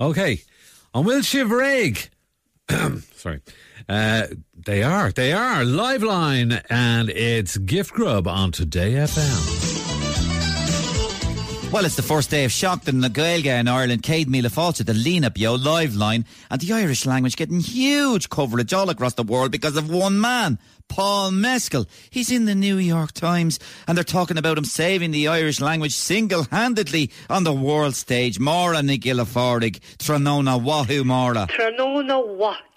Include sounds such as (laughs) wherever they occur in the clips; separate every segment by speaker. Speaker 1: Okay. On Will Shivraig. (clears throat) Sorry. Uh, they are. They are. Live line. And it's Gift Grub on Today FM.
Speaker 2: Well, it's the first day of Shocked and Na Gaelga in Ireland. Cade Mila Falcha, the lean up yo live line, and the Irish language getting huge coverage all across the world because of one man, Paul Mescal. He's in the New York Times, and they're talking about him saving the Irish language single handedly on the world stage. Mora Nigila Forig, Tronona Wahoo Mora.
Speaker 3: Tranona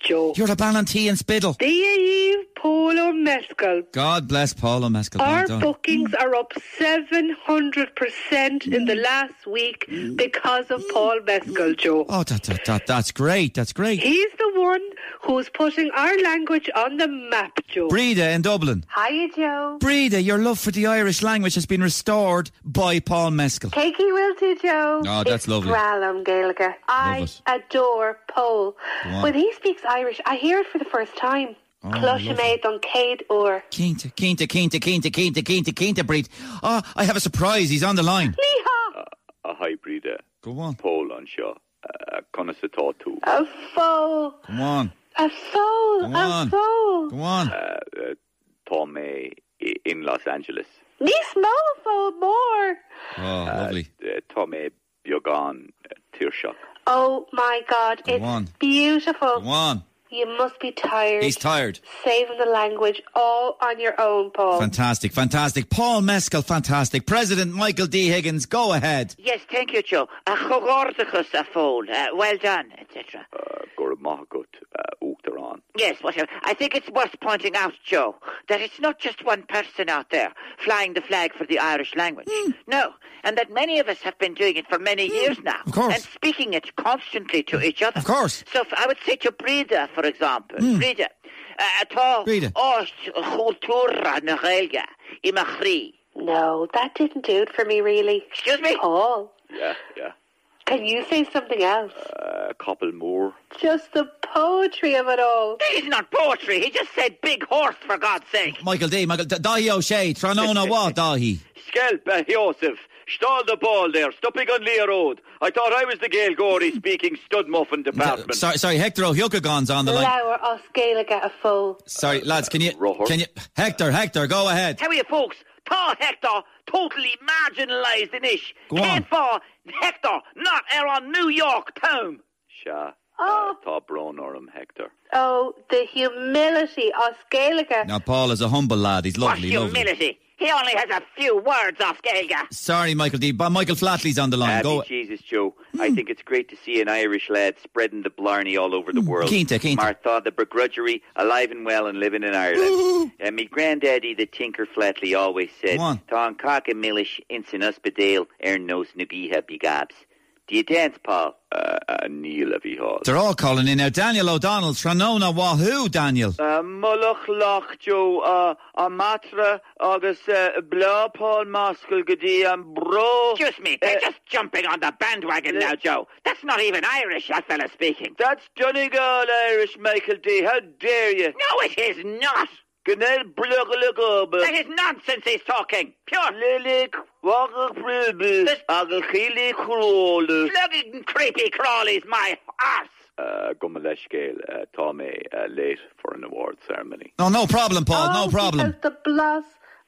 Speaker 3: Wacho.
Speaker 2: You're a Ballantine and Spittle.
Speaker 3: Dave Polar Mescal.
Speaker 2: God bless Paul Mescal. Well
Speaker 3: Our
Speaker 2: done.
Speaker 3: bookings are up 700% in the last week because of Paul Mescal, Joe.
Speaker 2: Oh, that, that, that, that's great. That's great.
Speaker 3: He's the one who's putting our language on the map, Joe.
Speaker 2: Breda in Dublin.
Speaker 4: Hiya, Joe.
Speaker 2: Breda, your love for the Irish language has been restored by Paul Mescal.
Speaker 4: Cakey will too, Joe.
Speaker 2: Oh, that's
Speaker 4: It's
Speaker 2: lovely.
Speaker 4: Graham Gaelica. I
Speaker 2: Love
Speaker 4: adore Paul.
Speaker 2: on. Oh,
Speaker 4: When he speaks Irish, I hear it for the first time. Clush made on Cade or
Speaker 2: Keen to, keen to, keen to, keen to, keen to, keen to, keen to breed. Ah, I have a surprise. He's on the line.
Speaker 4: Leha
Speaker 5: a hybrid uh,
Speaker 2: Go on.
Speaker 5: pole on shore, uh, connoisseur too.
Speaker 4: a foal,
Speaker 2: Come on.
Speaker 4: a foal,
Speaker 2: Go
Speaker 4: a
Speaker 2: on.
Speaker 4: foal.
Speaker 2: Go on.
Speaker 5: Uh, uh, Tom eh, i in Los Angeles.
Speaker 4: Me small foal more.
Speaker 2: Oh, lovely.
Speaker 5: Uh, Tom eh, Bjorgan uh, Tearshock.
Speaker 4: Oh my God,
Speaker 2: Go
Speaker 4: it's
Speaker 2: on.
Speaker 4: beautiful.
Speaker 2: Go on.
Speaker 4: You must be tired.
Speaker 2: He's tired.
Speaker 4: Saving the language all on your own, Paul.
Speaker 2: Fantastic, fantastic. Paul Mescal, fantastic. President Michael D. Higgins, go ahead.
Speaker 6: Yes, thank you, Joe. A chogorticus a foal. Uh, well done, etc.
Speaker 5: Uh, Goramahagut uh, Uachtaran.
Speaker 6: Yes, whatever. I think it's worth pointing out, Joe, that it's not just one person out there flying the flag for the Irish language.
Speaker 2: Hmm.
Speaker 6: No, and that many of us have been doing it for many years now.
Speaker 2: of course.
Speaker 6: And speaking it constantly to each other.
Speaker 2: Of course. Hmm.
Speaker 6: So if I would say to Breda, for example, Breda, uh, atá
Speaker 2: Breda.
Speaker 6: os chultura na Gaeilge i Machrí.
Speaker 4: no, that didn't do it for me, really.
Speaker 6: Excuse me?
Speaker 2: Oh.
Speaker 4: Paul,
Speaker 5: Yeah, yeah.
Speaker 4: can you say something else?
Speaker 5: Uh, Coppel Moore.
Speaker 4: Just the poetry of it all.
Speaker 6: This is not poetry. He just said big horse, for God's sake.
Speaker 2: Michael D. Michael D- Dahi O'Shea, Tranona what, Dahi?
Speaker 5: Skelp, uh, Joseph. Stall the ball there, stopping on Lear Road. I thought I was the Gael Gorey speaking stud muffin department.
Speaker 2: Sorry, sorry, Hector O'Hucagon's on the line.
Speaker 4: Lower us Gaelica a fool.
Speaker 2: Sorry, lads, can you,
Speaker 5: Rohor.
Speaker 2: can you, Hector, Hector, go ahead.
Speaker 6: Tell you folks, Tar Hector totally marginalised in ish.
Speaker 2: Go on.
Speaker 6: Therefore, Hector not er on New York town.
Speaker 5: Sha.
Speaker 4: Oh.
Speaker 5: Uh, Tá Bronorum Hector.
Speaker 4: Oh, the humility us Gaelica.
Speaker 2: Now, Paul is a humble lad. He's
Speaker 6: What
Speaker 2: lovely, lovely.
Speaker 6: humility. He only has a few words off Gaelga.
Speaker 2: Sorry, Michael D. But Michael Flatley's on the line.
Speaker 5: Happy
Speaker 2: Go. Hmm.
Speaker 5: Jesus, Joe. I think it's great to see an Irish lad spreading the blarney all over the world.
Speaker 2: Keen to, keen to.
Speaker 5: Martha, the begrudgery, alive and well and living in Ireland. and me granddaddy, the tinker flatly, always said,
Speaker 2: Go on.
Speaker 5: Tom cock and millish, insin hospital, ern nos nugiha begobs. Do you dance, Paul? Uh, uh Neil Levy Hall.
Speaker 2: (laughs) They're all calling in now. Daniel O'Donnell, Tranona, Wahoo, Daniel.
Speaker 5: Uh, Mullach Loch, Joe, uh, a matra, agus uh, bla Paul Maskell gadi and bro.
Speaker 6: Excuse me, they're
Speaker 5: Uh,
Speaker 6: just jumping on the bandwagon now, Joe. That's not even Irish, that fella speaking.
Speaker 5: That's Donegal Irish, Michael D. How dare you?
Speaker 6: No, it is not.
Speaker 5: Gnell bluggelugub.
Speaker 6: That is nonsense he's talking. Pure
Speaker 5: Lilik waggebrübel.
Speaker 6: This-
Speaker 5: Agelchili krole.
Speaker 6: slugging, creepy crawlies, my arse.
Speaker 5: Uh, Gumaleshgail, uh, Tommy, uh, late for an award ceremony.
Speaker 2: No, no problem, Paul.
Speaker 4: Oh,
Speaker 2: no problem.
Speaker 4: Because the bloss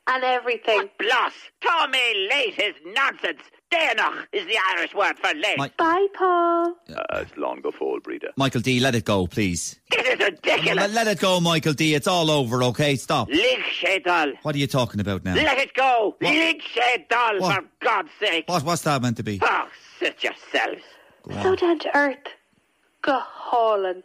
Speaker 4: and everything.
Speaker 6: Bloss. Tommy late is nonsense. Danoch is the Irish word for late.
Speaker 2: My-
Speaker 4: Bye, Paul.
Speaker 5: Uh, it's long before breeder.
Speaker 2: Michael D, let it go, please.
Speaker 6: This is
Speaker 2: Let,
Speaker 6: ridiculous.
Speaker 2: let it go, Michael D. It's all over, okay? Stop.
Speaker 6: Lig Shedal.
Speaker 2: What are you talking about now?
Speaker 6: Let it go.
Speaker 2: What?
Speaker 6: Lig Shedal,
Speaker 2: What?
Speaker 6: for God's sake.
Speaker 2: What? What's that meant to be?
Speaker 6: Oh, sit yourselves.
Speaker 2: Go
Speaker 4: So
Speaker 2: on.
Speaker 4: down to earth. Gaholin.